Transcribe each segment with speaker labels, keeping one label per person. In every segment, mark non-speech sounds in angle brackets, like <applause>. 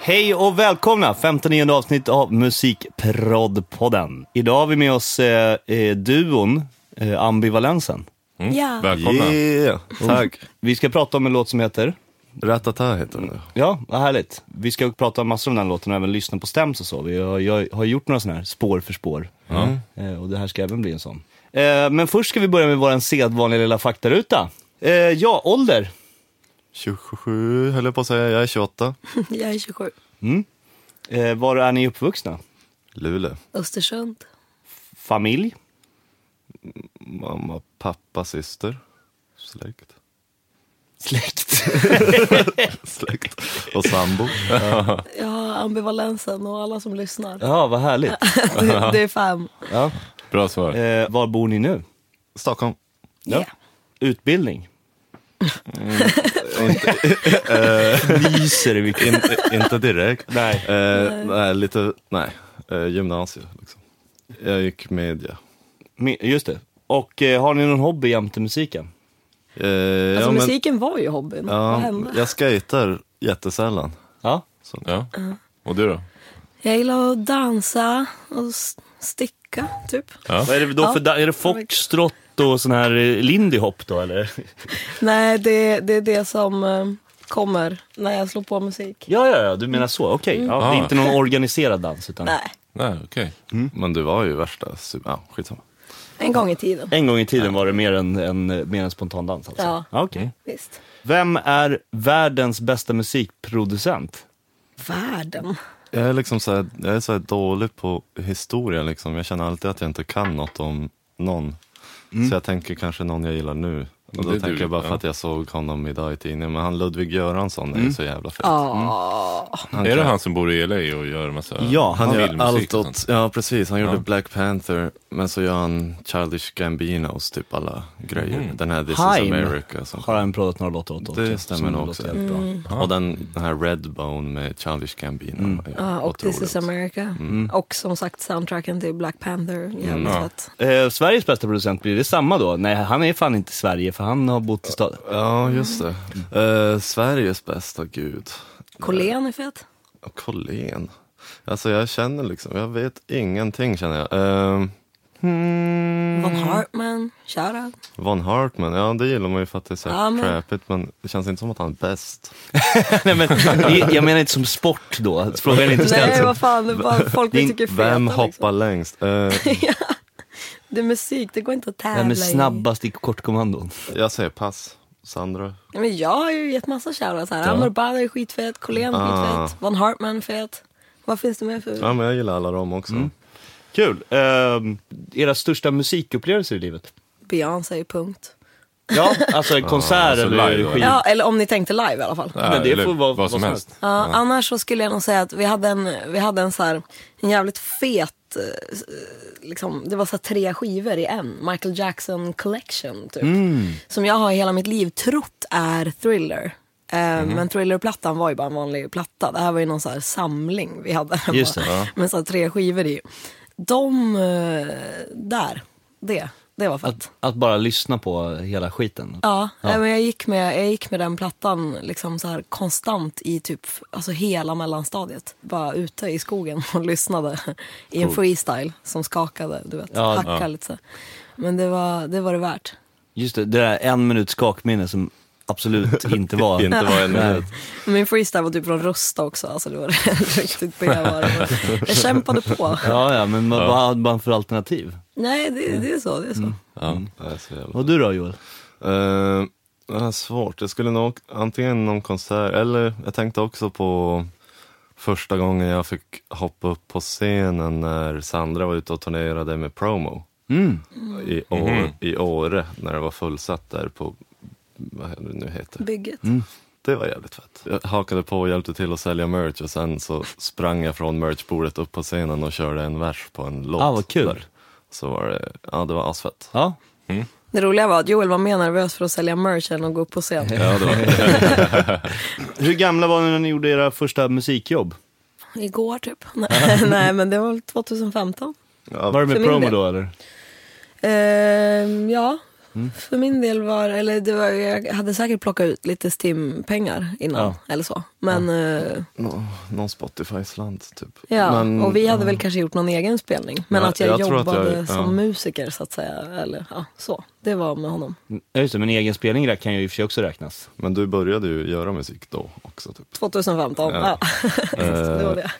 Speaker 1: Hej och välkomna! 59 avsnitt av Musikproddpodden. Idag har vi med oss eh, eh, duon eh, Ambivalensen.
Speaker 2: Mm.
Speaker 3: Ja.
Speaker 2: Välkomna.
Speaker 4: Yeah, tack.
Speaker 1: Vi ska prata om en låt som heter...
Speaker 4: Ratata heter den nu.
Speaker 1: Ja, vad härligt. Vi ska prata om massor om den här låten och även lyssna på stems och så. Vi har, jag har gjort några sådana här spår för spår. Eh, och det här ska även bli en sån. Eh, men först ska vi börja med vår sedvanliga lilla faktaruta. Eh, ja, ålder.
Speaker 4: 27 höll jag på att säga, jag är 28.
Speaker 3: Jag är 27.
Speaker 1: Eh, var är ni uppvuxna?
Speaker 4: Luleå.
Speaker 3: Östersund.
Speaker 1: Familj?
Speaker 4: Mamma, pappa, syster. Släkt.
Speaker 1: Släkt?
Speaker 4: Släkt. Och sambo.
Speaker 3: Ja, ambivalensen och alla som lyssnar.
Speaker 1: Ja, vad
Speaker 4: <laughs>
Speaker 1: härligt.
Speaker 3: <laughs> Det, det är fem.
Speaker 1: Ja.
Speaker 2: <laughs> Bra svar.
Speaker 1: Eh, var bor ni nu?
Speaker 4: Stockholm.
Speaker 1: Ja.
Speaker 3: Yeah.
Speaker 1: Utbildning? Eh, <laughs> Nyser i vilken...
Speaker 4: In, inte
Speaker 2: <laughs>
Speaker 4: direkt.
Speaker 1: eh, <laughs> Nej.
Speaker 4: Eh, nej, lite, nej. Eh, gymnasiet liksom. Jag gick media.
Speaker 1: Mi- Just det. Och eh, har ni någon hobby jämte musiken?
Speaker 4: Eh,
Speaker 3: Alltså
Speaker 4: men-
Speaker 3: musiken var ju hobbyn. Vad
Speaker 4: ja,
Speaker 3: hände?
Speaker 4: jag skejtar jättesällan.
Speaker 1: Ja.
Speaker 2: Ja. Och du då?
Speaker 3: Jag gillar att dansa och s- sticka, typ.
Speaker 1: Vad är det då
Speaker 3: Ja.
Speaker 1: för da- Är det foxtrot och sån här eh, lindy hop då eller?
Speaker 3: Nej, det, det är det som eh, kommer när jag slår på musik.
Speaker 1: Ja, ja, ja, du menar så. Okej. Ja, det är
Speaker 2: Ah.
Speaker 1: inte någon organiserad dans utan...
Speaker 3: Nej,
Speaker 2: Nej, okej.
Speaker 4: Men du var ju värsta, super- ja skitsamma.
Speaker 3: en gång i tiden.
Speaker 1: En gång i tiden var det mer en, en, mer en spontan dans alltså?
Speaker 3: Ja.
Speaker 1: Okej.
Speaker 3: Visst.
Speaker 1: Vem är världens bästa musikproducent?
Speaker 3: Världen.
Speaker 4: Jag är liksom så här, jag är så här dålig på historia liksom. Jag känner alltid att jag inte kan något om någon. Så jag tänker kanske någon jag gillar nu. Och
Speaker 2: Det
Speaker 4: då
Speaker 2: är
Speaker 4: tänker
Speaker 2: du,
Speaker 4: jag bara för
Speaker 2: Mm. ja. Mm.
Speaker 4: att jag såg honom idag i tidningen. Men han Ludvig Göransson är ju så jävla fet.
Speaker 3: Ja.
Speaker 4: Han,
Speaker 2: Är det
Speaker 4: kan-
Speaker 2: han som bor i LA och gör massa
Speaker 1: Ja,
Speaker 4: han gör
Speaker 2: filmmusik
Speaker 4: allt
Speaker 2: och sånt?
Speaker 4: åt, ja precis. Han gjorde
Speaker 2: Ja.
Speaker 4: Black Panther, men så gör han Childish Gambinos typ alla grejer.
Speaker 2: Mm.
Speaker 4: Den här This is
Speaker 1: Haim
Speaker 4: America. Som,
Speaker 1: har han proddat några låtar åt också.
Speaker 4: Det stämmer
Speaker 1: som
Speaker 4: nog
Speaker 1: låter
Speaker 4: också.
Speaker 1: jävligt bra.
Speaker 3: Mm.
Speaker 4: och den, den här Redbone med Childish Gambino.
Speaker 2: Mm.
Speaker 4: är
Speaker 3: Ja, Ah, och This
Speaker 4: otrolig
Speaker 3: is
Speaker 4: också.
Speaker 3: America. Och som sagt soundtracken till Black Panther. Jävligt
Speaker 2: Ja.
Speaker 3: fett.
Speaker 1: Eh, Sveriges bästa producent, blir det samma då? Nej, han är fan inte i Sverige för han har bott i staden.
Speaker 4: Ja, just det.
Speaker 2: Mm.
Speaker 4: Eh, Sveriges bästa gud.
Speaker 3: Collén är fet.
Speaker 4: Collén. Alltså jag känner liksom, jag vet ingenting känner jag. Ehm, hmm,
Speaker 3: Von Hartman, shoutout.
Speaker 4: Von Hartman, ja det gillar man ju för att det är så här
Speaker 3: Ja, men-
Speaker 4: crapigt men det känns inte som att han är bäst.
Speaker 1: <laughs> Nej, men, i- jag menar inte som sport då, frågan är inte ställd
Speaker 3: Nej
Speaker 1: som...
Speaker 3: vad fan, det är bara folk vi tycker är feta.
Speaker 4: Alltså, Vem hoppar
Speaker 3: liksom.
Speaker 4: längst?
Speaker 3: <laughs>
Speaker 4: Eh,
Speaker 3: Det är musik, det går inte att tävla
Speaker 1: Vem är
Speaker 3: i.
Speaker 1: snabbast i kortkommandon?
Speaker 4: jag säger pass. Sandra?
Speaker 3: Men jag har ju gett massa shoutouts här. Amor Bada är skitfet, Collén är
Speaker 4: Ah.
Speaker 3: skitfet, Von Hartman är fet. Vad finns det mer för?
Speaker 4: Ja men jag gillar alla dem också.
Speaker 3: Mm.
Speaker 1: Kul! Eh, era största musikupplevelser i livet?
Speaker 3: Beyoncé, punkt.
Speaker 1: Ja, alltså konsert
Speaker 2: alltså
Speaker 1: eller
Speaker 2: live då.
Speaker 1: skiv...
Speaker 3: Ja, eller om ni tänkte live i alla fall.
Speaker 2: Nej,
Speaker 1: Men det
Speaker 2: eller
Speaker 1: får vara
Speaker 2: vad som helst.
Speaker 3: Ja, Annars så skulle jag nog säga att vi hade en, vi hade en, så här, en jävligt fet, eh, s- liksom, det var så här tre skivor i en. Michael Jackson collection typ.
Speaker 1: Mm.
Speaker 3: Som jag har i hela mitt liv trott är Thriller. Eh,
Speaker 1: Mhm.
Speaker 3: Men Thriller-plattan var ju bara en vanlig platta. Det här var ju någon så här samling vi hade hemma.
Speaker 1: Just det, ja.
Speaker 3: Med så här tre skivor i. De, eh, där, det, det var fett.
Speaker 1: Att, att bara lyssna på hela skiten.
Speaker 3: Ja, nej, men jag gick, med, jag gick med den plattan liksom så här konstant i typ alltså hela mellanstadiet. Bara ute i skogen <laughs> och lyssnade i en freestyle som skakade, du vet,
Speaker 1: Ja,
Speaker 3: hackade
Speaker 2: ja.
Speaker 3: lite så. Men det var, det var det värt.
Speaker 1: Just det, det där en minut skakminne som <laughs> absolut inte var...
Speaker 4: Inte var en
Speaker 1: Nej.
Speaker 4: minut.
Speaker 3: Min freestyle var typ från Rusta också, alltså det var <laughs> riktigt bevare. Jag kämpade på.
Speaker 1: <laughs> Ja, ja, men vad vad hade man för alternativ?
Speaker 3: Nej, det, det är så, det är så.
Speaker 4: Ja, det är så jävla.
Speaker 1: Och du då Joel?
Speaker 4: Eh, det här är svårt. Jag skulle nog antingen någon konsert eller jag tänkte också på första gången jag fick hoppa upp på scenen när Sandra var ute och turnerade med promo.
Speaker 1: Mm,
Speaker 4: I, Å-
Speaker 1: Mhm.
Speaker 4: I Åre när det var fullsatt där på, vad är det nu heter.
Speaker 3: Bygget.
Speaker 4: Det var jävligt fett. Jag hakade på och hjälpte till att sälja merch och sen så sprang jag från merchbordet upp på scenen och körde en vers på en låt.
Speaker 1: Ah, vad kul.
Speaker 4: Där. Så var det, ja det var asfett.
Speaker 1: Ja,
Speaker 3: Det roliga var att Joel var mer nervös för att sälja merch än att gå upp på scen.
Speaker 4: Ja, det var
Speaker 1: Hur gamla var ni när ni gjorde era första musikjobb?
Speaker 3: Igår typ. Nej, nej, men det var väl 2015.
Speaker 4: Ja,
Speaker 1: Var det
Speaker 3: För
Speaker 1: med
Speaker 3: min
Speaker 1: promo
Speaker 3: del.
Speaker 1: då eller?
Speaker 3: Ehm, ja, För min del var, eller det var, jag hade säkert plockat ut lite Stim-pengar innan.
Speaker 1: Ja.
Speaker 3: Eller så. Men eh,
Speaker 4: Nå- någon Spotify-slant typ.
Speaker 3: ja,
Speaker 4: Men-
Speaker 3: och vi hade väl kanske gjort någon egen spelning. Men
Speaker 4: Ja,
Speaker 3: att jag,
Speaker 4: jag tror att jag-
Speaker 3: jobbade
Speaker 4: ja.
Speaker 3: som musiker så att säga. Eller ja, så. Det var med honom.
Speaker 1: Ja, just det, men egen spelning där kan ju i och för sig också räknas.
Speaker 4: Men du började ju göra musik då också typ.
Speaker 3: 2015. Ja.
Speaker 4: Ja.
Speaker 3: <laughs> det var det.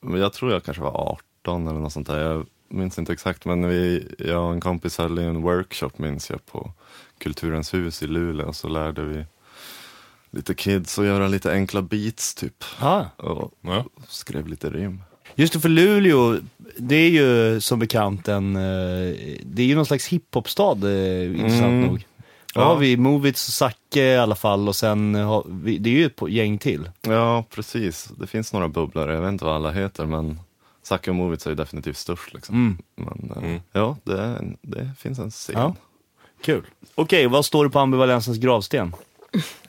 Speaker 4: Men jag tror jag kanske var 18 eller något sånt där. Jag minns inte exakt men vi, jag och en kompis höll i en workshop minns jag på Kulturens hus i Luleå och så lärde vi lite kids att göra lite enkla beats typ.
Speaker 1: Ah.
Speaker 4: Och
Speaker 2: Ja.
Speaker 4: skrev lite rim.
Speaker 1: Just det, för Luleå, det är ju som bekant en, eh, det är ju någon slags hiphopstad, eh, intressant
Speaker 4: Mm.
Speaker 1: nog. Då
Speaker 4: Ja.
Speaker 1: har vi Movits och Zacke i alla fall och sen har vi, det är ju ett po- gäng till.
Speaker 4: Ja precis, det finns några bubblor, jag vet inte vad alla heter men Zacke och Movits är ju definitivt störst liksom.
Speaker 1: Mm.
Speaker 4: Men eh, ja, det, är en, det finns en scen.
Speaker 1: Ja. Kul. Okej, vad står det på ambivalensens gravsten?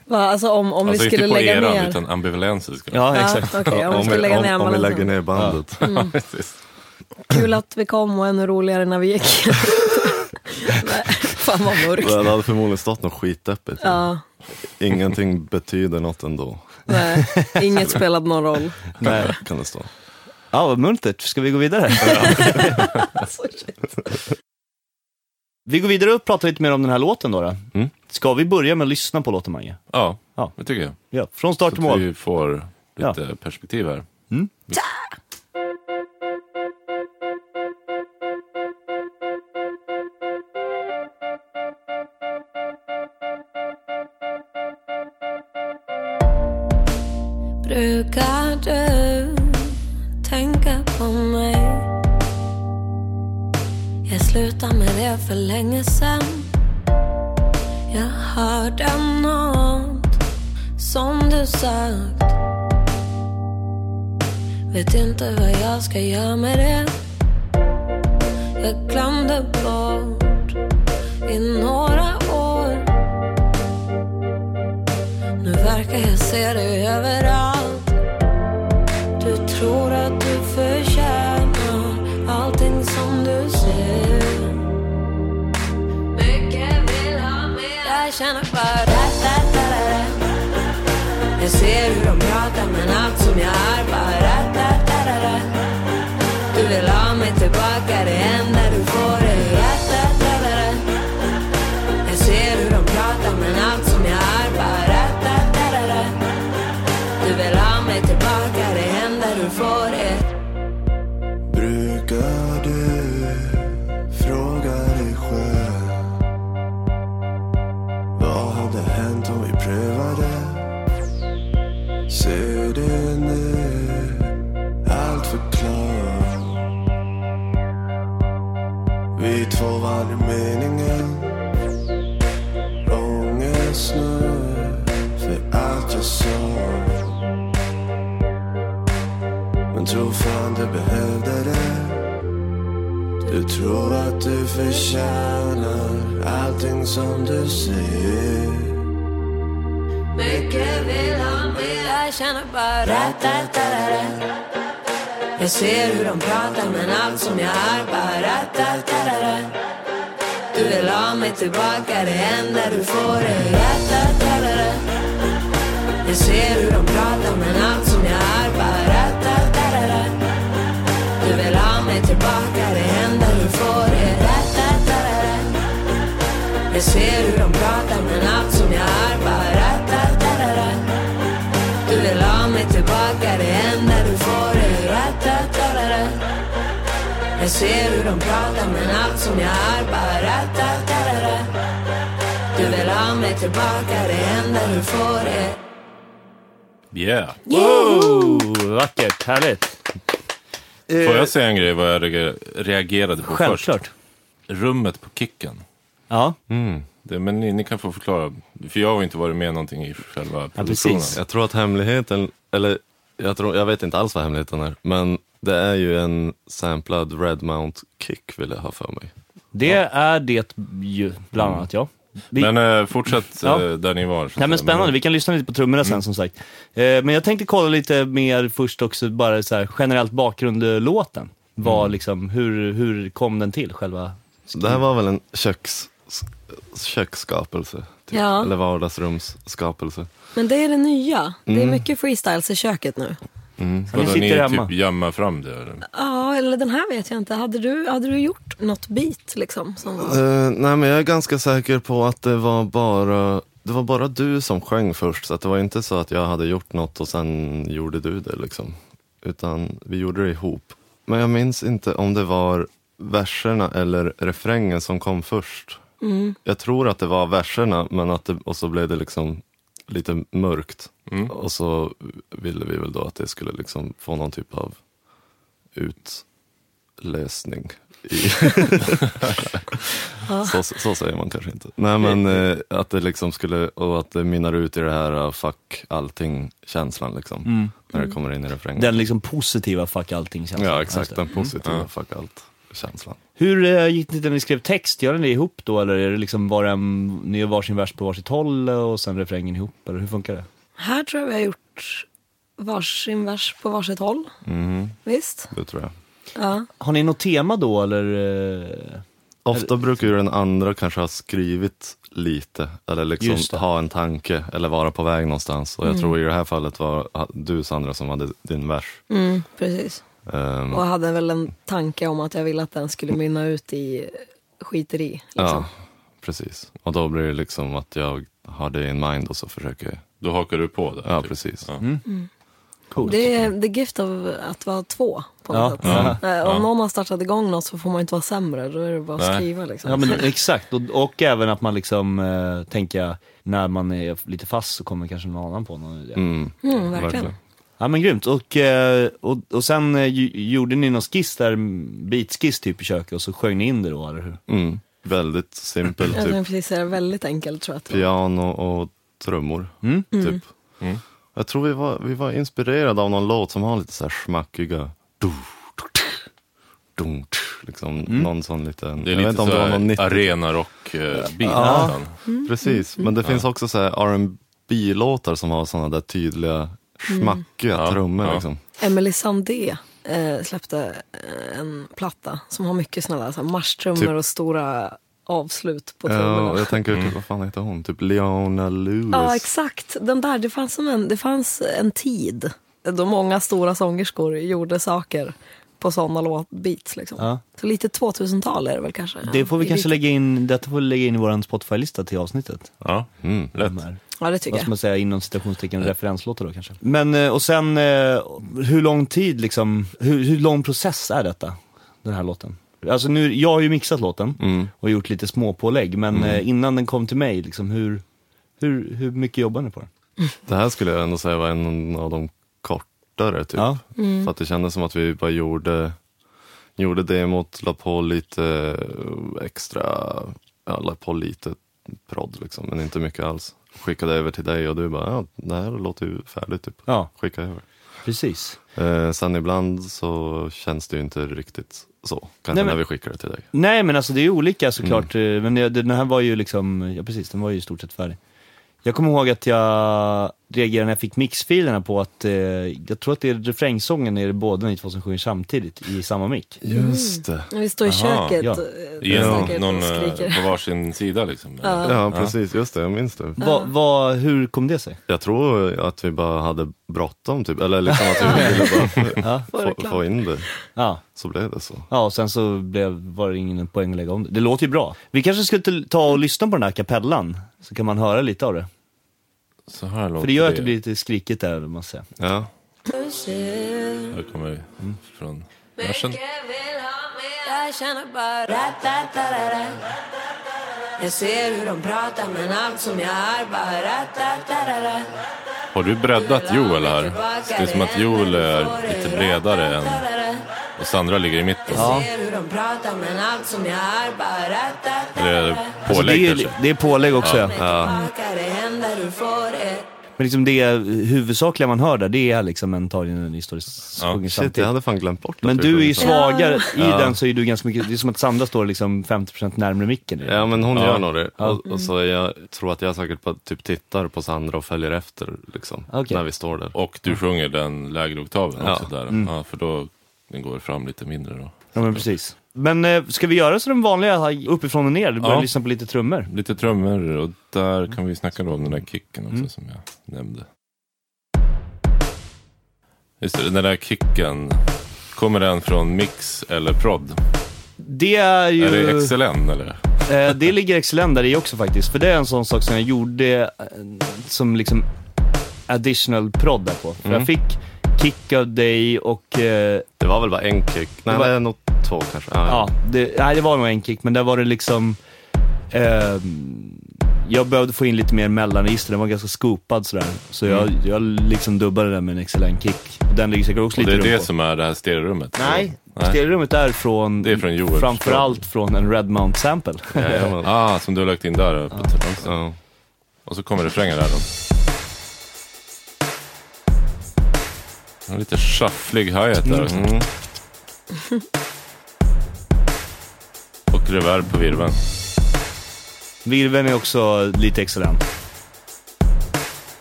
Speaker 3: Va, alltså om, om
Speaker 2: Alltså
Speaker 3: vi
Speaker 2: inte
Speaker 3: skulle
Speaker 2: på
Speaker 3: lägga
Speaker 2: eran,
Speaker 3: ner.
Speaker 2: utan ambivalensen. Ska
Speaker 1: Ja,
Speaker 3: Ja,
Speaker 1: exakt.
Speaker 3: okej, om vi skulle lägga ner Mm.
Speaker 4: om, om vi
Speaker 3: balansen.
Speaker 4: lägger ner bandet. <laughs>
Speaker 2: precis.
Speaker 3: Kul att vi kom och ännu roligare när vi gick. <laughs> Nej, Fan vad mörkt.
Speaker 4: Det hade förmodligen stått något skitdeppigt.
Speaker 3: Ja,
Speaker 4: Ingenting betyder något ändå,
Speaker 3: nej, inget spelade någon roll.
Speaker 1: Nej.
Speaker 4: kan det stå.
Speaker 1: Ja, vad muntert. Ska vi gå <laughs> vidare?
Speaker 3: Alltså, shit.
Speaker 1: vi går vidare och pratar lite mer om den här låten då. då.
Speaker 4: Mm.
Speaker 1: Ska vi börja med att lyssna på låten Mange?
Speaker 2: Ja,
Speaker 1: Ja.
Speaker 2: det tycker jag.
Speaker 1: Ja, från start till
Speaker 2: Så att
Speaker 1: mål.
Speaker 2: vi får lite perspektiv här.
Speaker 3: Brukar du tänka på mig? Jag slutade med det för länge sen. Jag hörde något som du sagt. Vet inte vad jag ska göra med det. Jag glömde bort i några år. Nu verkar jag se dig överallt Du tror att du förtjänar allting som du ser Mycket vill ha mer Jag känner bara da, da, da, da, da. Jag ser hur de pratar men allt som jag har bara da, da, da, da. Du vill ha mig tillbaka, det enda du får är da, da, da, da, da. Jag ser hur de pratar men allt som jag är bara da-da-da-da Du vill ha mig tillbaka, det enda du får är
Speaker 5: Brukar du fråga dig själv Vad hade hänt om vi prövade? Ser det nu allt för klart Vi två var aldrig meningen Ångest nu för allt jag sa men tro fan du behövde det Du tror att du förtjänar allting som du ser
Speaker 3: Mycket vill ha mer Jag känner bara da-da-da-da-da Jag ser hur de pratar men allt som jag är bara da-da-da-da Du vill ha mig tillbaka, det enda du får är da-da-da-da-da Jag ser hur de pratar men allt som jag är bara da-da-da-da Du vill ha mig tillbaka, det enda du får är da-da-da-da-da jag ser hur de pratar men allt som jag är bara da-da-da-da Du vill ha mig tillbaka, det enda du får är da-da-da-da Jag ser hur de pratar men allt som jag är bara da-da-da-da Du vill ha mig tillbaka, det enda du får är
Speaker 2: Yeah.
Speaker 1: Oh, vackert, härligt.
Speaker 2: Får jag säga en grej vad jag reager- reagerade på
Speaker 1: Självklart.
Speaker 2: först? Rummet på Kicken.
Speaker 1: Ja,
Speaker 2: Det, men ni, ni kan få förklara. För jag har ju inte varit med någonting i själva produktionen.
Speaker 1: precis.
Speaker 4: Jag tror att hemligheten, eller jag, tror, jag vet inte alls vad hemligheten är, men det är ju en samplad Redmount kick vill jag ha för mig.
Speaker 1: det är det ju, bland annat ja. Vi,
Speaker 2: Men eh, fortsätt
Speaker 1: Ja.
Speaker 2: eh, där ni var. så att
Speaker 1: Nej men
Speaker 2: säga.
Speaker 1: spännande, vi kan lyssna lite på trummorna
Speaker 2: Mm.
Speaker 1: sen som sagt. Eh, men jag tänkte kolla lite mer först också, bara så här, generellt bakgrund eh,
Speaker 2: Mm.
Speaker 1: låten. Var liksom, hur, hur kom den till själva?
Speaker 4: Så det här var väl en köksspelning s- köksskapelse. Typ.
Speaker 3: Ja.
Speaker 4: Eller vardagsrumsskapelse.
Speaker 3: Men det är det nya. Det är mycket freestyles i köket nu.
Speaker 1: Ni
Speaker 2: Vadå, ni
Speaker 1: sitter hemma.
Speaker 2: typ jammar fram det eller?
Speaker 3: Ja, eller den här vet jag inte. Hade du, hade du gjort något beat liksom? Som var...
Speaker 4: Eh, nej men jag är ganska säker på att det var bara det var bara du som sjöng först, så att det var inte så att jag hade gjort något och sen gjorde du det liksom. Utan vi gjorde det ihop. Men jag minns inte om det var verserna eller refrängen som kom först. Jag tror att det var verserna, men att det, och så blev det liksom lite mörkt. Och så ville vi väl då att det skulle liksom få någon typ av utlösning. I så, så säger man kanske inte. Nej men eh, att det liksom skulle, och att det mynnar ut i det här eh, fuck allting-känslan liksom. När det kommer in i refrängen.
Speaker 1: Mm. Den Mm. liksom positiva fuck allting-känslan.
Speaker 4: ja exakt, den positiva
Speaker 2: Ja.
Speaker 4: fuck allt-känslan.
Speaker 1: Alltså. Hur eh, gick det när ni skrev text? Gör ni det ihop då eller är det liksom bara en, ni gör varsin vers på varsitt håll eh, och sen refrängen ihop? Eller hur funkar det?
Speaker 3: Här tror jag vi har gjort varsin vers på varsitt håll. Visst?
Speaker 4: Det tror jag.
Speaker 3: Ja.
Speaker 1: Har ni något tema då eller? eh,
Speaker 4: Ofta brukar ju den andra kanske ha skrivit lite eller
Speaker 1: Just det. Mm.
Speaker 4: liksom ha en tanke eller vara på väg någonstans. Och jag tror i det här fallet var ha- du Sandra som hade din vers.
Speaker 3: Mm, precis.
Speaker 4: Ehm,
Speaker 3: Och jag hade väl en tanke om att jag ville att den skulle mynna ut i skiteri. Liksom.
Speaker 4: ja, precis. Och då blir det liksom att jag har det in mind och så försöker jag.
Speaker 2: Då hakar du på det?
Speaker 4: Ja, precis.
Speaker 2: Typ. Ja.
Speaker 1: Coolt.
Speaker 3: Det är the gift av att vara två på något
Speaker 1: Ja.
Speaker 3: sätt. Eh, Om någon har startat igång något så får man inte vara sämre. Då är det bara att
Speaker 2: Nej.
Speaker 3: skriva liksom.
Speaker 1: Ja men exakt, och, och även att man liksom, eh, tänka när man är lite fast så kommer kanske någon annan på någon idé.
Speaker 4: Mm,
Speaker 3: Mm, verkligen.
Speaker 1: Ja men grymt, och, eh, och, och sen eh, ju- gjorde ni någon skiss där, mm, beatskiss typ i köket och så sjöng ni in det då eller hur?
Speaker 4: Mm. Väldigt simpel,
Speaker 3: Jag tänkte
Speaker 4: typ
Speaker 3: precis säga det väldigt enkelt tror jag. att det var.
Speaker 4: piano och trummor.
Speaker 1: Mm.
Speaker 4: Typ. Jag tror vi var, vi var inspirerade av någon låt som har lite så här smackiga... Dunk, liksom någon sån liten...
Speaker 2: Det är
Speaker 4: jag vet inte
Speaker 2: lite
Speaker 4: om det var någon
Speaker 2: såhär
Speaker 4: 90
Speaker 2: arenarock-beat
Speaker 4: Ja.
Speaker 2: nästan.
Speaker 4: Precis, men det finns också så här R&B låtar som har såna där tydliga smackiga
Speaker 2: Ja,
Speaker 4: trummor
Speaker 2: ja.
Speaker 4: liksom.
Speaker 3: Emily Sandé eh, släppte eh, en platta som har mycket såna där så här marschtrummor
Speaker 4: Typ-
Speaker 3: och stora avslut på
Speaker 4: Ja, och
Speaker 3: trummorna.
Speaker 4: jag tänker, typ, vad fan heter hon? Typ Leona Lewis.
Speaker 3: Ja, exakt. Den där, det fanns, som en, det fanns en tid då många stora sångerskor gjorde saker på såna låtbeats. Liksom.
Speaker 1: Ja.
Speaker 3: Så lite 2000-tal är det väl kanske.
Speaker 1: Det får vi
Speaker 3: Ja,
Speaker 1: kanske
Speaker 3: lite-
Speaker 1: lägga in, detta får vi lägga in i våran Spotify-lista till avsnittet.
Speaker 2: Ja,
Speaker 4: Mm.
Speaker 1: De
Speaker 2: lätt.
Speaker 1: här,
Speaker 3: Ja, det tycker
Speaker 1: vad ska
Speaker 3: jag.
Speaker 1: man säga, inom citationstecken referenslåtar då kanske. Men eh, och sen, eh, hur lång tid liksom, hur, hur lång process är detta? Den här låten? Alltså nu, jag har ju mixat låten
Speaker 4: Mm.
Speaker 1: och gjort lite småpålägg, men eh, innan den kom till mig, liksom, hur, hur, hur mycket jobbar ni på den?
Speaker 4: Det här skulle jag ändå säga var en av de kortare typ.
Speaker 1: Ja.
Speaker 4: För att det kändes som att vi bara gjorde, gjorde demot, la på lite eh, extra, ja, la på lite prodd liksom, men inte mycket alls. Skickade över till dig och du bara, ja, det här låter ju färdigt typ.
Speaker 1: Ja,
Speaker 4: Skicka över.
Speaker 1: precis.
Speaker 4: Eh, sen ibland så känns det ju inte riktigt så. Kanske
Speaker 1: Nej, men-
Speaker 4: när vi skickar det till dig.
Speaker 1: Nej men alltså det är ju olika såklart, eh, men det- den här var ju liksom, ja precis, den var ju i stort sett färdig. Jag kommer ihåg att jag reagerade när jag fick mixfilerna på att, eh, jag tror att det är refrängsången är det båda ni två som sjunger samtidigt i samma mick.
Speaker 4: Just det.
Speaker 3: Vi står i
Speaker 2: Aha,
Speaker 3: köket
Speaker 1: ja.
Speaker 3: eh,
Speaker 2: I en,
Speaker 3: säkert
Speaker 2: någon
Speaker 3: och
Speaker 2: eh,
Speaker 3: skriker.
Speaker 2: på varsin sida liksom. eller?
Speaker 4: Ja, precis. Just det, jag minns det.
Speaker 1: Va, va, hur kom det sig?
Speaker 4: Jag tror att vi bara hade bråttom typ, eller liksom
Speaker 1: <laughs>
Speaker 4: att vi ville bara
Speaker 3: Få det
Speaker 4: få,
Speaker 3: klart.
Speaker 4: få in det.
Speaker 1: Ja,
Speaker 4: Så blev det så.
Speaker 1: ja och sen så blev, var det ingen poäng att lägga om det. Det låter ju bra. Vi kanske skulle till- ta och lyssna på den här kapellan, så kan man höra lite av det.
Speaker 2: Så här låter
Speaker 1: För det gör att det blir lite skrikigt där, eller vad man säger.
Speaker 4: Ja.
Speaker 2: Här kommer vi Mm, från versen.
Speaker 6: Mycket vill ha mer, jag känner bara ra-ta-ta-ra-ra Jag ser hur de pratar men allt som jag har bara ra-ta-ta-ra-ra
Speaker 2: Har du breddat Joel här? Det är som att Joel är lite bredare än... Och Sandra ligger i mitten.
Speaker 6: Jag ser hur de pratar men allt som jag har bara
Speaker 2: Eller är det
Speaker 6: ra-ta-ta-ra-ra
Speaker 1: Alltså, det,
Speaker 2: pålägg
Speaker 1: är,
Speaker 2: kanske?
Speaker 1: det är pålägg också ja.
Speaker 6: Tillbaka det händer, du får det
Speaker 1: Men liksom det huvudsakliga man hör där, det är liksom antagligen en historisk
Speaker 2: Ja,
Speaker 1: sjungen
Speaker 4: Shit, jag
Speaker 1: samtidigt.
Speaker 4: hade fan glömt bort att
Speaker 1: Men
Speaker 4: vi
Speaker 1: du är ju
Speaker 4: sjunger så.
Speaker 1: svagare, i den så är du ganska mycket, det är som att Sandra står liksom 50% närmare micken. i den.
Speaker 4: Ja men hon
Speaker 2: Ja.
Speaker 4: gör nog det. Och, och så är jag tror att jag säkert bara typ tittar på Sandra och följer efter liksom.
Speaker 1: Okej.
Speaker 4: När vi står där.
Speaker 2: Och du sjunger den lägre oktaven
Speaker 4: Ja. Mm.
Speaker 2: också där. Ja, för då den går fram lite mindre då.
Speaker 1: Ja men precis. Men eh, ska vi göra så den vanliga här, uppifrån och ner? Du börjar
Speaker 2: Ja.
Speaker 1: lyssna på lite trummor.
Speaker 2: Lite trummor och där
Speaker 1: Mm.
Speaker 2: kan vi snacka då om den där kicken också som jag nämnde. Just det, den där kicken. Kommer den från mix eller prod?
Speaker 1: Det är ju...
Speaker 2: Är det XLN eller?
Speaker 1: Eh, det ligger excellent där i också faktiskt. För det är en sån sak som jag gjorde eh, som liksom additional prod där på. För jag fick kick av dig och... Eh,
Speaker 4: Det var väl bara en kick? Nej,
Speaker 1: Det var-
Speaker 4: det är nog två kanske.
Speaker 1: ja, det, nej, det var nog en kick, men där var det liksom... Eh, jag behövde få in lite mer mellanregister, den var ganska skopad sådär. Så jag,
Speaker 2: Mm.
Speaker 1: jag liksom dubbade den med en excellent kick. Och Den ligger säkert också
Speaker 2: Och
Speaker 1: lite
Speaker 2: det är
Speaker 1: rum
Speaker 2: det
Speaker 1: på.
Speaker 2: som är det här stereorummet?
Speaker 1: Nej, stereorummet är från...
Speaker 2: Det är från Joels
Speaker 1: Framförallt från en Redmount sample.
Speaker 4: Jajamän.
Speaker 2: Ah, som du har lagt in där uppe också.
Speaker 4: Ja.
Speaker 2: Och så kommer refrängen där då. En lite shufflig hi-hat där också.
Speaker 1: Mm.
Speaker 2: Och reverb på virveln.
Speaker 1: Virveln är också lite excellent.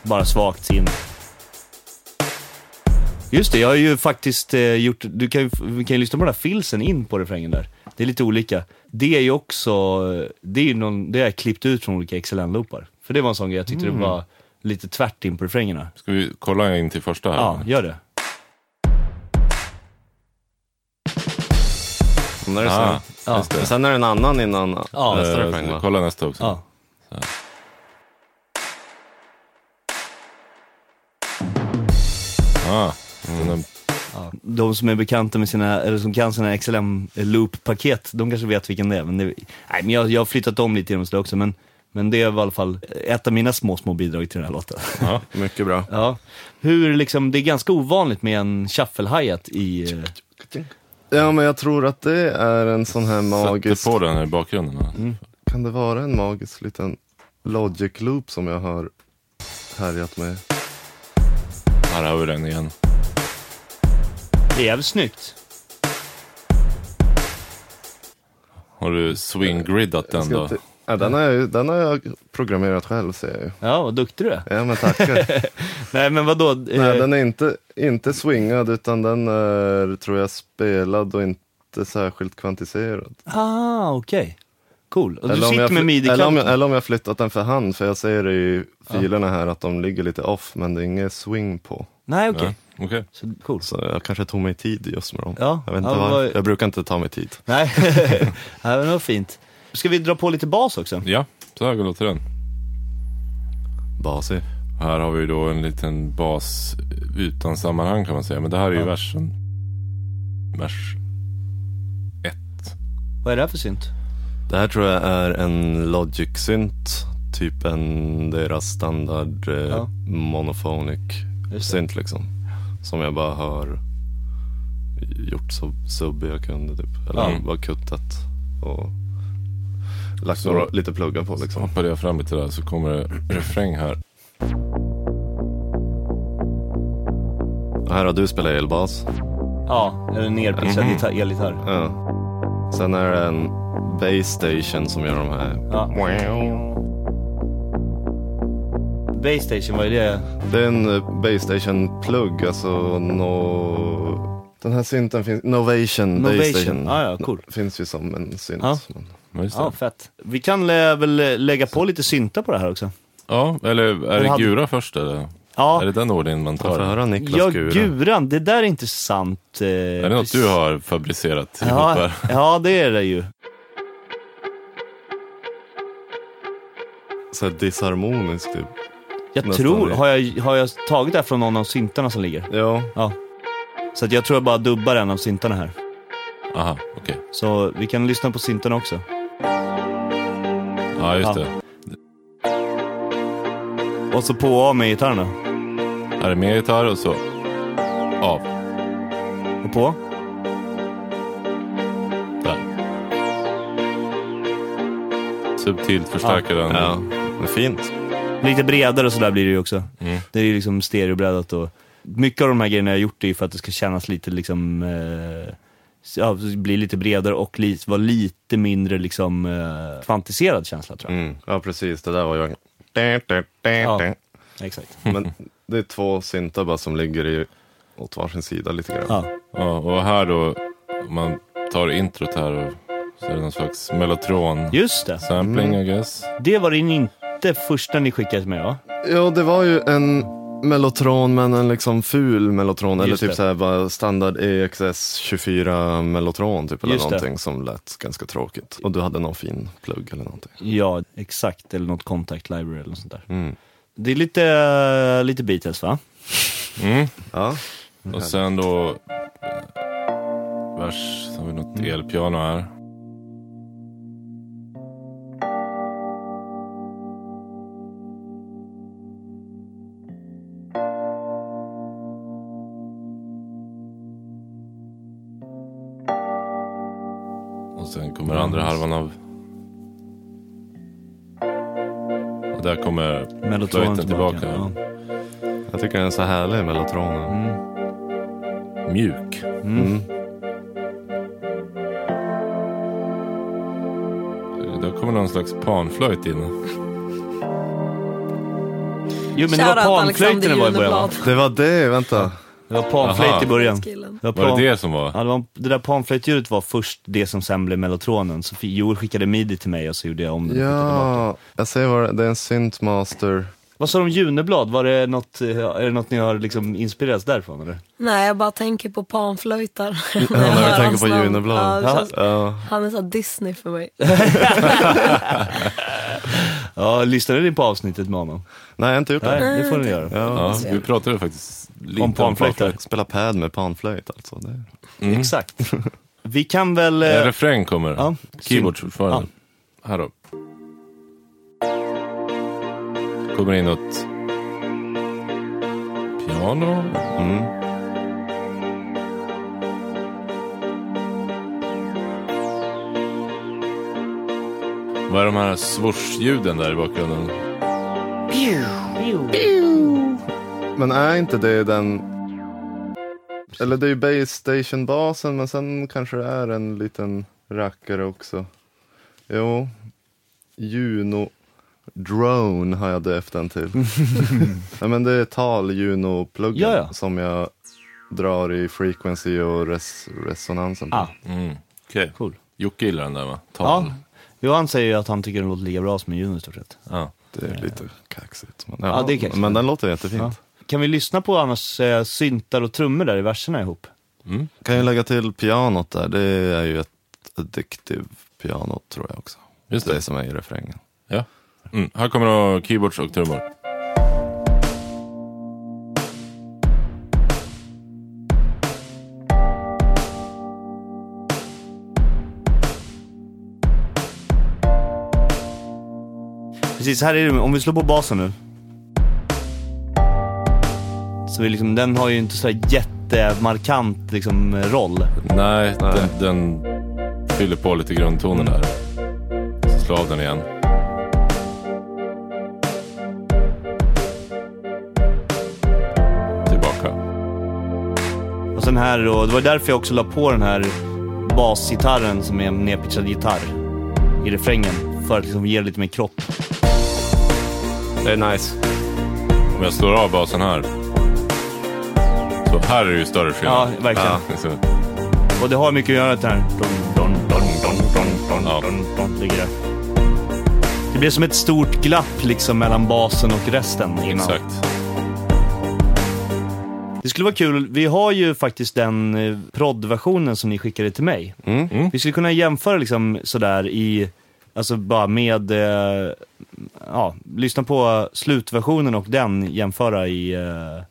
Speaker 1: Bara svagt in. Just det, jag har ju faktiskt eh, gjort, du kan, ju- vi kan ju lyssna på den här filsen in på refrängen där. Det är lite olika. Det är ju också, eh, det är ju någon, det har jag klippt ut från olika XLN-loopar. För det var en sån grej jag tyckte det var lite tvärt in på refrängerna.
Speaker 2: Ska vi kolla in till första här? Eh,
Speaker 1: Ja, gör det.
Speaker 4: Sen är det
Speaker 2: Ah,
Speaker 4: sen.
Speaker 1: Ja,
Speaker 4: Men sen är det en annan innan
Speaker 1: Ja.
Speaker 4: nästa
Speaker 2: eh,
Speaker 4: refräng va?
Speaker 2: kolla nästa också.
Speaker 1: ja.
Speaker 2: Ah,
Speaker 4: Mm.
Speaker 2: den-
Speaker 1: De som är bekanta med sina, eller som kan sina XLM-loop-paket, de kanske vet vilken det är. Men det, nej, men jag, jag har flyttat om lite genom det också, men, men det var i alla fall ett av mina små, små bidrag till den här låten. <laughs>
Speaker 4: Mycket bra.
Speaker 1: Ja. Hur liksom, det är ganska ovanligt med en shuffle-hi-hat i... eh,
Speaker 4: Ja, men jag tror att det är en sån här magisk...
Speaker 2: Sätter på den här i bakgrunden. va?
Speaker 4: Mm. Kan det vara en magisk liten logic loop som jag har härjat med?
Speaker 2: Här har vi den igen.
Speaker 1: Det är jävligt snyggt.
Speaker 2: Har du swing-griddat
Speaker 4: Jag
Speaker 2: den
Speaker 4: ska
Speaker 2: då?
Speaker 4: inte- Ja, den, har jag, ju- den har jag programmerat själv ser jag ju.
Speaker 1: Ja, vad duktig du är.
Speaker 4: Ja
Speaker 1: <laughs>
Speaker 4: men tackar.
Speaker 1: Nej, men vadå? eh,
Speaker 4: Nej, den är inte, inte swingad utan den är tror jag spelad och inte särskilt kvantiserad.
Speaker 1: Ah, okej. Cool. Och du
Speaker 4: Eller om
Speaker 1: sitter
Speaker 4: jag
Speaker 1: med
Speaker 4: fly-
Speaker 1: midi
Speaker 4: eller, om jag, eller om jag flyttat den för hand för jag ser i filerna här att de ligger lite off men det är inget swing på.
Speaker 1: Nej, okej.
Speaker 2: Ja, Okej.
Speaker 1: Så, cool.
Speaker 4: Så jag kanske tog mig tid just med dem.
Speaker 1: Ja,
Speaker 4: jag vet inte
Speaker 1: ja,
Speaker 4: varför.
Speaker 1: vad- <laughs>
Speaker 4: Jag brukar inte ta mig tid.
Speaker 1: Nej, Nej, <laughs> men det var fint. Ska vi dra på lite bas också?
Speaker 2: Ja, så här låter den.
Speaker 4: Basig.
Speaker 2: Här har vi då en liten bas utan sammanhang kan man säga. Men det här är ju versen. Vers ett.
Speaker 1: Vad är det här för synt?
Speaker 4: Det här tror jag är en Logic synt, typ en deras standard eh,
Speaker 1: Ja.
Speaker 4: monophonic
Speaker 1: Just det.
Speaker 4: synt liksom. Som jag bara har gjort så subbig jag kunde typ. Eller
Speaker 2: Ja.
Speaker 4: bara kuttat och lagt
Speaker 2: Så-
Speaker 4: några, lite pluggar på
Speaker 2: Så
Speaker 4: liksom.
Speaker 2: hoppade jag fram lite där så kommer det <clears throat> refräng här.
Speaker 4: Och här har du spelat elbas.
Speaker 1: Ja, eller
Speaker 2: Mhm.
Speaker 1: nerpitchad mm elgitarr.
Speaker 4: Ja. Sen är det en base station som gör de här.
Speaker 1: Ja. Base Station, vad är det?
Speaker 4: Det är en eh, base station plugg, alltså no... Den här synten finns, Novation, base station.
Speaker 1: Novation. Ah, ja, cool.
Speaker 4: finns ju som en synt.
Speaker 1: Ja.
Speaker 4: men-
Speaker 2: Ja, just det.
Speaker 1: Ja, fett. Vi kan eh, väl eh, lägga på lite synta på det här också.
Speaker 2: Ja, eller är
Speaker 1: Den
Speaker 2: det
Speaker 1: hade-
Speaker 2: Gura först eller?
Speaker 1: Ja,
Speaker 2: Är det den ordningen man
Speaker 4: Får jag
Speaker 2: tar?
Speaker 4: höra Niklas
Speaker 1: ja
Speaker 4: Gura?
Speaker 1: guran, det där är intressant. Eh,
Speaker 2: Är det något du har fabricerat ihop
Speaker 1: Ja,
Speaker 2: här?
Speaker 1: ja, det är det ju.
Speaker 4: Så här disharmonisk typ.
Speaker 1: Jag
Speaker 4: Nästan
Speaker 1: tror,
Speaker 4: det.
Speaker 1: har jag, har jag tagit det här från någon av syntarna som ligger?
Speaker 4: Ja,
Speaker 1: Ja. Så att jag tror jag bara dubbar en av syntarna här.
Speaker 2: Aha, okej.
Speaker 1: Så vi kan lyssna på syntarna också.
Speaker 2: Ja,
Speaker 1: Ja.
Speaker 2: just det.
Speaker 1: Och så på och av med gitarren då.
Speaker 2: Här är mer gitarr och så av.
Speaker 1: Och på.
Speaker 2: Där. Subtilt förstärker den.
Speaker 4: ja. Men fint.
Speaker 1: Lite bredare och sådär blir det ju också.
Speaker 2: Mm.
Speaker 1: Det är ju liksom stereobrädat och mycket av de här grejerna jag har gjort är ju för att det ska kännas lite liksom, eh, ja, bli lite bredare och li- vara lite mindre liksom eh, kvantiserad känsla tror jag.
Speaker 4: Mm. Ja, precis. Det där var ju...
Speaker 1: Ja.
Speaker 2: Mm.
Speaker 1: Exakt.
Speaker 4: Men det är två syntar bara som ligger i åt varsin sida lite grann.
Speaker 1: Ja.
Speaker 2: Ja, och här då, om man tar introt här och så är det någon slags mellotron
Speaker 1: Just det.
Speaker 2: sampling
Speaker 4: Mm.
Speaker 2: I guess.
Speaker 1: Det var din inte första ni skickade till mig va?
Speaker 4: Ja, det var ju en mellotron, men en liksom ful mellotron. Eller
Speaker 1: Just det.
Speaker 4: typ så här bara standard E EXS 24 mellotron typ, eller
Speaker 1: Just det.
Speaker 4: någonting som lät ganska tråkigt. Och du hade någon fin plugg eller någonting.
Speaker 1: Ja, exakt. Eller något contact library eller något sånt där.
Speaker 4: Mm.
Speaker 1: Det är lite, lite Beatles va?
Speaker 4: Ja,
Speaker 2: Och sen då eh, vers, så har vi något elpiano här. Och sen kommer andra halvan av... Och där kommer
Speaker 1: Melodin
Speaker 2: flöjten tillbaka.
Speaker 4: jag tycker den är så härlig, mellotronen.
Speaker 1: Mm.
Speaker 2: mjuk.
Speaker 4: Mm.
Speaker 2: Då kommer någon slags panflöjt in.
Speaker 1: Jo men det var
Speaker 3: Shoutout Alexander
Speaker 1: panflöjten det var i början va?
Speaker 3: Juneblad.
Speaker 4: Det var det, vänta.
Speaker 1: Det var panflöjt
Speaker 2: Aha.
Speaker 1: i början.
Speaker 3: Killen.
Speaker 1: var
Speaker 2: Var
Speaker 1: pan-
Speaker 2: det det som var?
Speaker 1: Ja, det, var, det där panflöjtljudet var först det som sen blev mellotronen. Så fi- Joel skickade midi till mig och så gjorde jag om den. och skickade tillbaka.
Speaker 4: Ja, jag ser vad det- det är
Speaker 1: <laughs>
Speaker 4: en Synthmaster.
Speaker 1: Vad sa du om Juneblad? Var det något, eh, är det något ni har liksom inspirerats därifrån eller?
Speaker 3: Nej, jag bara tänker
Speaker 1: <laughs>
Speaker 3: på panflöjtar.
Speaker 4: när vi
Speaker 3: jag hör
Speaker 4: tänker
Speaker 3: hans
Speaker 4: på
Speaker 3: namn.
Speaker 4: Juneblad.
Speaker 3: Ja, det
Speaker 1: Ja.
Speaker 3: känns-
Speaker 4: Ja.
Speaker 3: Han är så här Disney för mig.
Speaker 1: Ja, lyssnade ni på avsnittet med honom?
Speaker 4: Nej, jag har inte gjort
Speaker 1: Nej,
Speaker 4: det.
Speaker 1: det får ni göra.
Speaker 2: Ja, vi pratade faktiskt lite
Speaker 1: Om panflöjter.
Speaker 4: Spela pad med panflöjt alltså. Det.
Speaker 1: Exakt. Vi kan väl... eh,
Speaker 2: En refräng kommer.
Speaker 1: Ja.
Speaker 2: Keyboards fortfarande. Här då. Kommer in något piano.
Speaker 4: Mm.
Speaker 2: Vad är de här swoosh-ljuden där i bakgrunden?
Speaker 4: Men är inte det den... Eller det är ju Base Station-basen, men sen kanske det är en liten rackare också. Jo, Juno Drone har jag döpt
Speaker 1: <laughs>
Speaker 4: den till. Nej, men det är tal-Juno-pluggen
Speaker 1: Ja, ja.
Speaker 4: som jag drar i frequency och res- resonansen på.
Speaker 1: Ah,
Speaker 2: Mm. Okej.
Speaker 1: cool.
Speaker 2: Jocke gillar den där va? Tal.
Speaker 1: Ja. Johan säger ju att han tycker den låter lika bra som en Juno i stort sett.
Speaker 2: Ja.
Speaker 4: Det är lite kaxigt. Men,
Speaker 1: Ja, det är kaxigt.
Speaker 4: men den låter jättefint.
Speaker 1: Ja. Kan vi lyssna på annars eh, syntar och trummor där i verserna ihop?
Speaker 4: Kan ju lägga till pianot där. Det är ju ett addictive piano tror jag också.
Speaker 2: Just
Speaker 4: det
Speaker 2: det.
Speaker 4: som är i refrängen.
Speaker 2: ja. Mm. Här kommer då keyboards och trummor.
Speaker 1: Precis, här är det, om vi slår på basen nu. Så vi liksom, den har ju inte så här jättemarkant liksom, roll.
Speaker 2: Nej, Den, den fyller på lite grundtonen där. Så slå av den igen. Tillbaka.
Speaker 1: Och sen här då, det var därför jag också la på den här basgitarren som är en nedpitchad gitarr i refrängen. För att liksom ge det lite mer kropp.
Speaker 4: Det är nice.
Speaker 2: Om jag slår av basen här. Så här är det ju större
Speaker 1: Ja,
Speaker 2: skillnad.
Speaker 1: verkligen.
Speaker 2: Så,
Speaker 1: Och det har mycket att göra med den här... Don, don, don, don, don,
Speaker 2: Ja.
Speaker 1: don, don, don, ligger där. Det blir som ett stort glapp liksom mellan basen och resten innan.
Speaker 2: exakt.
Speaker 1: Det skulle vara kul, vi har ju faktiskt den eh, proddversionen som ni skickade till mig. Vi skulle kunna jämföra liksom sådär i, alltså bara med, eh, ja, lyssna på slutversionen och den jämföra i, eh,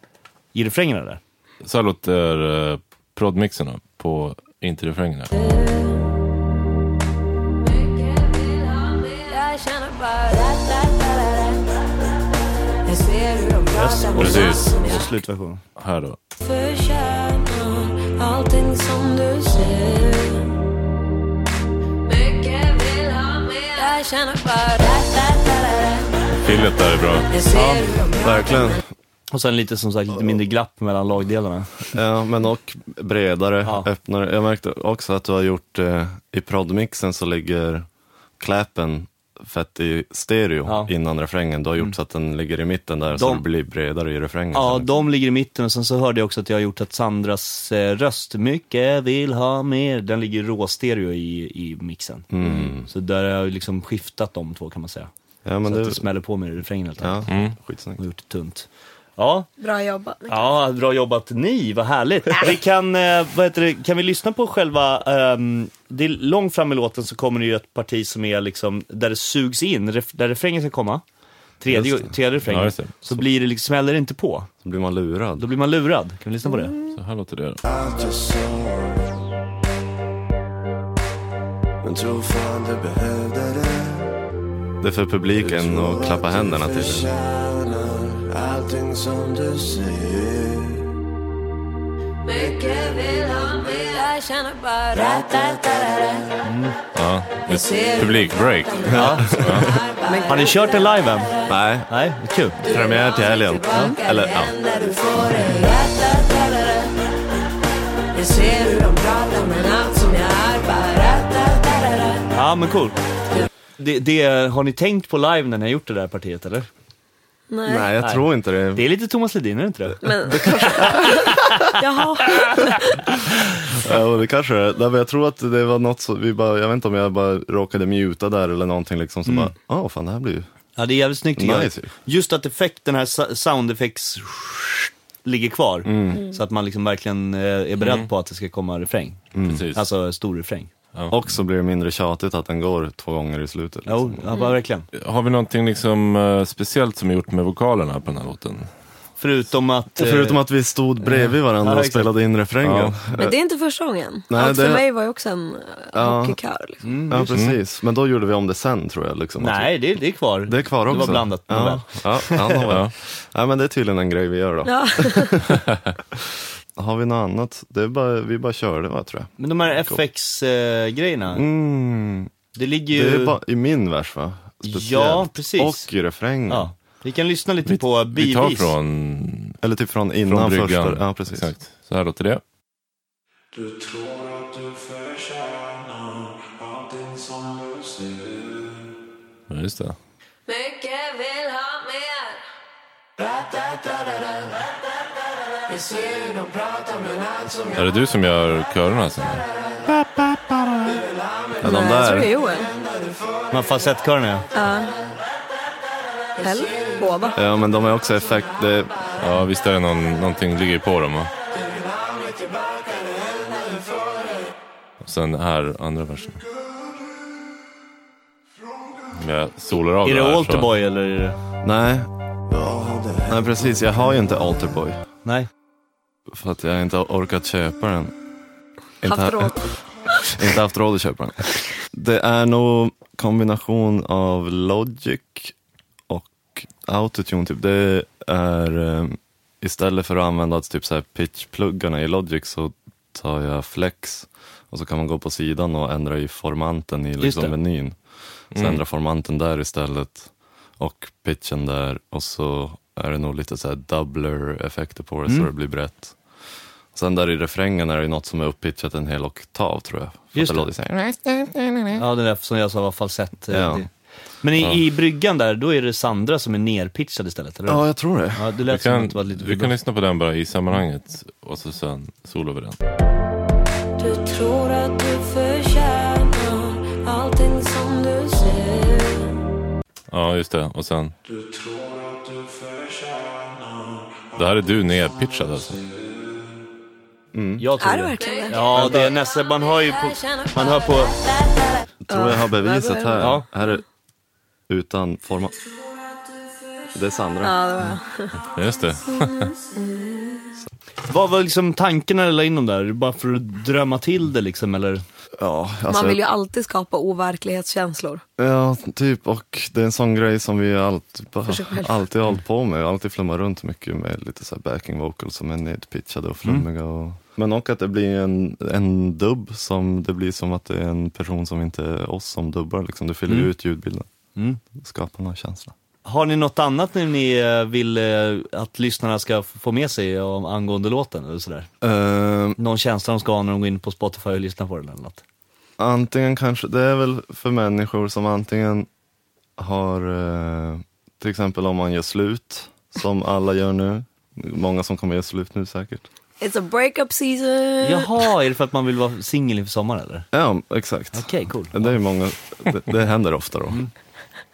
Speaker 1: i refrängerna där.
Speaker 2: Så här låter eh, proddmixen då, på interrefrängen. här.
Speaker 6: Jag känner bara ra-ta-ta-ra-ra. Jag ser hur de pratar men allt
Speaker 2: precis.
Speaker 6: som
Speaker 1: Och
Speaker 6: jag
Speaker 1: slutversionen.
Speaker 2: Här då.
Speaker 6: förtjänar Allting som du ser Mycket vill ha mer Jag känner bara ra-ta-ta-ra-ra.
Speaker 2: Fillet där är bra.
Speaker 6: Jag ser hur de pratar
Speaker 4: Verkligen.
Speaker 1: Och sen lite som sagt, lite mindre glapp mellan lagdelarna.
Speaker 4: Ja, men och bredare,
Speaker 1: Ja.
Speaker 4: öppnare. Jag märkte också att du har gjort, eh, i proddmixen så ligger clappen fett i stereo
Speaker 1: Ja. Mm.
Speaker 4: innan refrängen. Du har gjort så att den ligger i mitten där så
Speaker 1: De-
Speaker 4: det blir bredare i refrängen.
Speaker 1: Ja,
Speaker 4: sen.
Speaker 1: de ligger i mitten och sen så hörde jag också att jag har gjort att Sandras eh, röst, mycket vill ha mer, den ligger i råstereo i, i mixen. Så där har jag liksom skiftat de två kan man säga.
Speaker 4: ja Mm. men
Speaker 1: så
Speaker 4: det,
Speaker 1: att det smäller Mm. på mer i refrängen helt enkelt.
Speaker 4: ja, skitsnyggt.
Speaker 1: Och gjort det tunt. Ja,
Speaker 3: Bra jobbat.
Speaker 1: ja, bra jobbat ni, vad härligt. Vi kan, eh, vad heter det, kan vi lyssna på själva, ehm, det är långt fram i låten så kommer det ju ett parti som är liksom, där det sugs in, ref, där refrängen ska komma. Tredje,
Speaker 4: Just det.
Speaker 1: tredje refrängen.
Speaker 2: Ja, just
Speaker 1: så,
Speaker 2: det.
Speaker 1: blir det liksom, smäller det inte på.
Speaker 4: Så blir man lurad.
Speaker 1: Då blir man lurad. Kan vi lyssna på det?
Speaker 2: Så här låter det. då.
Speaker 5: allt jag såg Men tro fan du behövde det
Speaker 4: Det är för publiken att klappa händerna
Speaker 5: Du
Speaker 4: till.
Speaker 5: förtjänar allting som du ser
Speaker 6: Mycket vill ha mer. Jag känner bara rat-tat-tat-tat.
Speaker 2: Ja.
Speaker 6: Jag ser
Speaker 2: Publikbreak.
Speaker 4: Alltså,
Speaker 1: Har ni kört den live än?
Speaker 4: Nej,
Speaker 1: Nej, vad kul.
Speaker 4: premiär till helgen.
Speaker 6: tillbaka
Speaker 4: Eller ja.
Speaker 6: igen när du får det. Rat-tat-tat-tat. Jag ser hur de pratar men allt som jag är bara rat-tat-tat-tat.
Speaker 1: Ja, men cool. Det, det, har ni tänkt på live när ni har gjort det där partiet eller?
Speaker 3: Nej.
Speaker 4: Nej, jag tror inte det.
Speaker 1: Det är lite Thomas Ledin, är det inte det?
Speaker 3: Men... <laughs> Jaha.
Speaker 4: Ja, och det kanske det är. Nej, men Jag tror att det var något så, vi bara, jag vet inte om jag bara råkade muta där eller någonting liksom. Så
Speaker 1: Mm.
Speaker 4: bara, åh fan det här blir ju.
Speaker 1: Ja, det är jävligt snyggt tycker
Speaker 4: Nice.
Speaker 1: jag. Just att effekt, den här sa- sound effects ligger kvar.
Speaker 4: Mm.
Speaker 1: Så att man liksom verkligen eh, är beredd på att det ska komma refräng.
Speaker 4: Mm.
Speaker 2: Precis.
Speaker 1: Alltså stor refräng.
Speaker 4: Och så blir det mindre tjatigt att den går två gånger i slutet.
Speaker 1: Jo,
Speaker 4: Liksom.
Speaker 1: ja, bara verkligen.
Speaker 2: Har vi någonting liksom, eh, speciellt som är gjort med vokalerna på den här låten?
Speaker 1: Förutom att...
Speaker 4: Och
Speaker 1: eh,
Speaker 4: förutom att vi stod bredvid varandra
Speaker 1: Ja,
Speaker 4: och
Speaker 1: exakt.
Speaker 4: spelade in refrängen.
Speaker 2: Ja.
Speaker 4: Ja,
Speaker 3: Men det är inte första gången.
Speaker 4: Nej,
Speaker 3: allt
Speaker 4: det-
Speaker 3: för mig var ju också en eh, hockeykör. Liksom.
Speaker 4: precis. Men då gjorde vi om det sen tror jag. Liksom.
Speaker 1: Nej, det, det är kvar.
Speaker 4: Det är kvar också.
Speaker 1: Det var blandat. nåväl.
Speaker 4: Ja, ja, ja,
Speaker 1: <laughs>
Speaker 4: nåväl. Nej, men det är tydligen en grej vi gör då.
Speaker 3: Ja.
Speaker 4: <laughs> Har vi något annat? Det är bara, vi bara körde va, tror jag.
Speaker 1: Men de här FX-grejerna,
Speaker 4: Mm,
Speaker 1: det ligger
Speaker 4: det
Speaker 1: ju...
Speaker 4: är bara i min vers va? Speciellt.
Speaker 1: Ja, precis.
Speaker 4: Och i refrängen.
Speaker 1: Ja. Vi kan lyssna lite på bivis.
Speaker 2: Vi tar från,
Speaker 4: Eller typ från innan
Speaker 2: från bryggan.
Speaker 4: första. Ja, precis.
Speaker 2: Exakt. Så här låter det.
Speaker 5: Du tror att du förtjänar allting som du ser
Speaker 2: Ja, just det.
Speaker 6: Mycket vill ha mer. Rat-tat-tat-tat. Jag ser hur de pratar men allt som
Speaker 2: Är det du som gör körerna sen?
Speaker 4: Ja, de
Speaker 3: Nej, jag tror det är
Speaker 4: där.
Speaker 3: Joel.
Speaker 1: De här falsettkören ja.
Speaker 3: Eller båda.
Speaker 4: Ja, men de är också effekt. Det,
Speaker 2: Ja, visst är det någon, någonting ligger på dem va? Och sen här, andra versen. Om Jag solar av
Speaker 1: Är det
Speaker 2: här, så-
Speaker 1: Alterboy eller? är det-
Speaker 4: nej. Nej, precis. Jag har ju inte Alterboy.
Speaker 1: Nej.
Speaker 4: För att jag inte har orkat köpa den.
Speaker 3: Haft råd.
Speaker 4: inte haft råd att köpa den. Det är nog kombination av Logic och autotune. Typ. Det är eh, istället för att använda typ så här pitchpluggarna i Logic så tar jag flex och så kan man gå på sidan och ändra i formanten i liksom
Speaker 1: det.
Speaker 4: menyn. Så ändra formanten där istället och pitchen där och så är det nog lite så här doubler effekter på det så det blir brett. Sen där i refrängen är det något som är upppitchat en hel oktav tror jag. För
Speaker 1: Just
Speaker 4: att
Speaker 1: det.
Speaker 4: låter så här.
Speaker 3: Mm.
Speaker 1: Ja, den där som jag sa var falsett. eh,
Speaker 4: Ja.
Speaker 1: det- Men i, i bryggan där, då är det Sandra som är nerpitchad istället, eller hur?
Speaker 4: Ja, jag tror det.
Speaker 1: Ja, det
Speaker 2: Vi
Speaker 1: lät som
Speaker 2: kan,
Speaker 1: att det var lite
Speaker 2: vi kan lyssna på den bara i sammanhanget och så sen solar vi den.
Speaker 6: Du tror att du förtjänar allting som du ser.
Speaker 2: Ja, just det. Och sen.
Speaker 5: Du tror att du förtjänar
Speaker 2: Det här är du nerpitchad alltså.
Speaker 1: Jag tror
Speaker 3: Är det verkligen det?
Speaker 1: Ja, det är nästan, man hör ju på... Man hör på...
Speaker 4: Jag tror jag har beviset här.
Speaker 1: Ja.
Speaker 4: Här är utan format. Det är Sandra.
Speaker 2: Ja, Just det.
Speaker 1: Vad var liksom tanken när du la in dem där? Bara för att drömma till det liksom, eller?
Speaker 4: Ja, alltså,
Speaker 3: Man vill ju alltid skapa overklighetskänslor.
Speaker 4: ja, typ. Och det är en sån grej som vi alltid,
Speaker 3: sig själv.
Speaker 4: alltid har hållit på med. Alltid flummat runt mycket med lite så här backing vocals som är nedpitchade och flummiga. Och, men och att det blir en, en dubb som, det blir som att det är en person som inte är oss som dubbar. Liksom. Det fyller ut ljudbilden. Skapar någon känsla.
Speaker 1: Mm. Har ni något annat när ni eh, vill eh, att lyssnarna ska f- få med sig om, angående låten eller sådär?
Speaker 4: Ehm,
Speaker 1: Någon känsla de ska ha när de går in på Spotify och lyssnar på den eller något?
Speaker 4: Antingen kanske, det är väl för människor som antingen har eh, till exempel om man gör slut, som alla gör nu. Många som kommer göra slut nu säkert.
Speaker 3: It's a breakup season.
Speaker 1: Jaha, är det för att man vill vara singel inför sommaren eller?
Speaker 4: Ja, exakt.
Speaker 1: Okej, cool.
Speaker 4: Det, är många, det, det händer ofta då.
Speaker 1: Mm.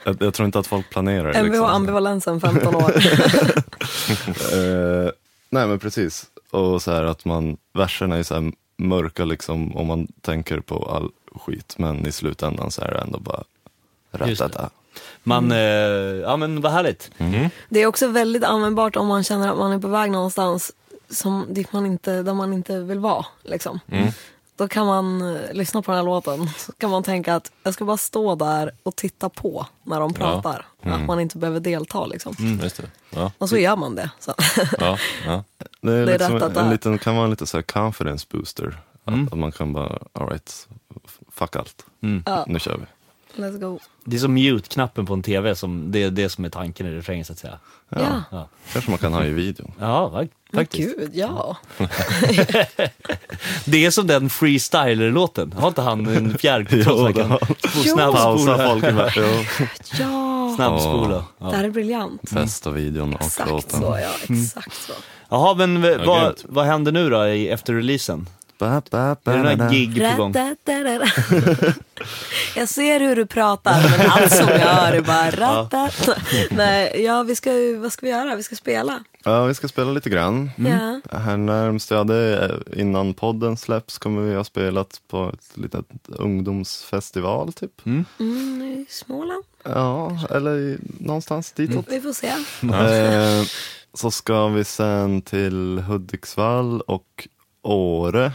Speaker 4: Jag, jag tror inte att folk planerar liksom. det.
Speaker 3: Mvh ambivalensen 15 år.
Speaker 4: Eh, nej men precis. Och så här att man, verserna är ju så här mörka liksom om man tänker på all skit. Men i slutändan så är det ändå bara
Speaker 1: Just
Speaker 4: rätt
Speaker 1: Man, eh, ja men vad härligt.
Speaker 3: Det är också väldigt användbart om man känner att man är på väg någonstans som, dit man inte, där man inte vill vara. Liksom. Då kan man eh, lyssna på den här låten så kan man tänka att jag ska bara stå där och titta på när de pratar. Att man inte behöver delta. Liksom.
Speaker 2: Just det. Ja,
Speaker 3: Och så gör man det. Så. <laughs>
Speaker 2: ja, ja.
Speaker 4: Det, är
Speaker 3: Det är
Speaker 4: liksom
Speaker 3: rätt att
Speaker 4: en
Speaker 3: det-
Speaker 4: liten, kan vara lite så här confidence booster. Att,
Speaker 1: Mm.
Speaker 4: att man kan bara, alright, fuck allt. Nu kör vi.
Speaker 3: Let's go.
Speaker 1: Det är som mute-knappen på en TV, som, det är det som är tanken i refrängen så att säga.
Speaker 3: Ja,
Speaker 1: Ja,
Speaker 4: Kanske man kan ha i videon.
Speaker 1: ja fak-
Speaker 3: Men
Speaker 1: faktiskt.
Speaker 3: gud ja.
Speaker 1: Det är som den freestyler-låten, har inte han en fjärrkontroll som
Speaker 4: Jo,
Speaker 1: man kan
Speaker 3: Jo.
Speaker 4: Pausa
Speaker 1: snabbspola?
Speaker 4: folk i världen.
Speaker 3: Ja,
Speaker 1: Snabbspola.
Speaker 3: det här är briljant.
Speaker 4: Festa videon och
Speaker 3: Exakt
Speaker 4: låten.
Speaker 3: så, ja. Exakt så.
Speaker 1: Jaha, men v-
Speaker 2: Ja,
Speaker 1: vad,
Speaker 2: grymt.
Speaker 1: vad händer nu då i, efter releasen?
Speaker 4: Ba, ba, ba,
Speaker 1: Är det
Speaker 4: da,
Speaker 1: några
Speaker 4: da.
Speaker 1: gig på gång?
Speaker 3: Ratatatarara. <laughs> Jag ser hur du pratar men allt som jag hör är bara ratat. Nej, ja vi ska ju, vad ska vi göra? Vi ska spela.
Speaker 4: Ja, vi ska spela lite grann.
Speaker 1: Mm.
Speaker 3: Ja.
Speaker 4: Här närmst, ja, det är, eh, innan podden släpps kommer vi ha spelat på ett litet ungdomsfestival typ.
Speaker 3: Mm, i Småland.
Speaker 4: Ja, eller i, någonstans ditåt.
Speaker 3: Vi får se.
Speaker 1: Mm.
Speaker 4: Eh, så ska vi sen till Hudiksvall och Åre.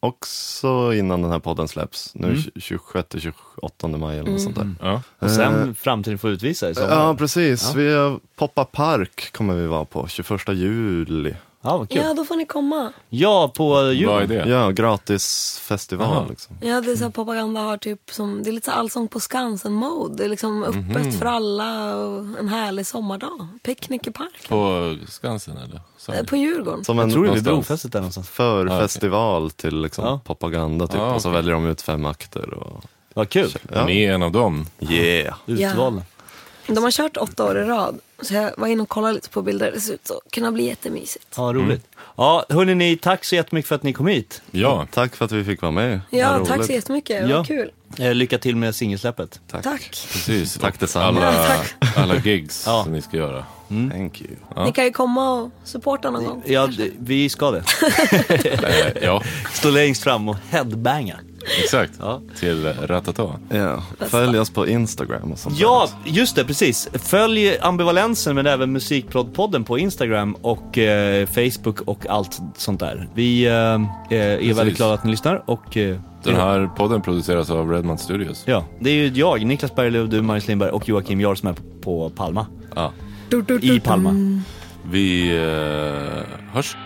Speaker 4: Också innan den här podden släpps. Nu 26-28 maj eller något sånt där.
Speaker 2: ja.
Speaker 1: Och sen framtiden får utvisa i sommar?
Speaker 4: Ja,
Speaker 1: Ja,
Speaker 4: precis. Vi har Poppa Park kommer vi vara på 21 juli.
Speaker 1: vad kul.
Speaker 3: Ja, då får ni komma.
Speaker 1: Ja, på
Speaker 2: Bra
Speaker 1: jul.
Speaker 2: idé.
Speaker 4: Ja, gratis festival
Speaker 2: Aha.
Speaker 4: liksom.
Speaker 3: Ja, det är så här, propaganda har typ som, det är lite så här allsång på Skansen-mode. Det är liksom
Speaker 1: Mhm.
Speaker 3: öppet för alla och en härlig sommardag. Picknick i park.
Speaker 2: På Skansen eller? Så.
Speaker 3: Eh, På Djurgården.
Speaker 4: Som en
Speaker 1: Jag tror det blir
Speaker 4: någonstans
Speaker 1: brofästet där någonstans.
Speaker 4: förfestival till liksom
Speaker 1: Ja.
Speaker 4: propaganda typ.
Speaker 2: Ja,
Speaker 4: Och så
Speaker 2: okej.
Speaker 4: väljer de ut fem akter och...
Speaker 1: Vad kul.
Speaker 4: Ja.
Speaker 2: Ni är en av dem.
Speaker 4: Yeah!
Speaker 1: Utvalda.
Speaker 3: De har kört åtta år i rad. Så jag var inne och kollade lite på bilder. Det ser ut att kunna bli jättemysigt.
Speaker 1: Ja, roligt. Ja, hörni ni, tack så jättemycket för att ni kom hit.
Speaker 2: Ja.
Speaker 4: Tack för att vi fick vara med.
Speaker 3: Ja,
Speaker 4: Vad
Speaker 3: tack
Speaker 4: roligt.
Speaker 3: så jättemycket.
Speaker 1: Ja.
Speaker 3: Vad kul.
Speaker 1: Eh, lycka till med singelsläppet.
Speaker 4: Tack.
Speaker 3: Tack.
Speaker 2: Precis.
Speaker 4: Tack
Speaker 2: Och
Speaker 4: detsamma. Mm.
Speaker 2: Alla,
Speaker 3: Tack.
Speaker 2: alla gigs
Speaker 1: Ja.
Speaker 2: som ni ska göra.
Speaker 4: Thank you.
Speaker 3: Ni kan ju komma och supporta någon gång.
Speaker 1: Ja, d- vi ska det.
Speaker 2: Eh, ja,
Speaker 1: Stå längst fram och headbanga.
Speaker 2: exakt.
Speaker 1: Ja.
Speaker 2: Till Ratata.
Speaker 4: Ja, Följ oss på Instagram och sånt
Speaker 1: Ja, just det, precis. Följ Ambivalensen men även Musikprodpodden på Instagram och eh, Facebook och allt sånt där. Vi eh, är väldigt glada att ni lyssnar och eh,
Speaker 2: Den här podden produceras av Redman Studios.
Speaker 1: ja, det är ju jag, Niklas Berglöf, du, Magnus Lindberg och Joakim Jarl som är på, på Palma.
Speaker 2: Ja.
Speaker 1: I Palma.
Speaker 2: Vi eh, hörs.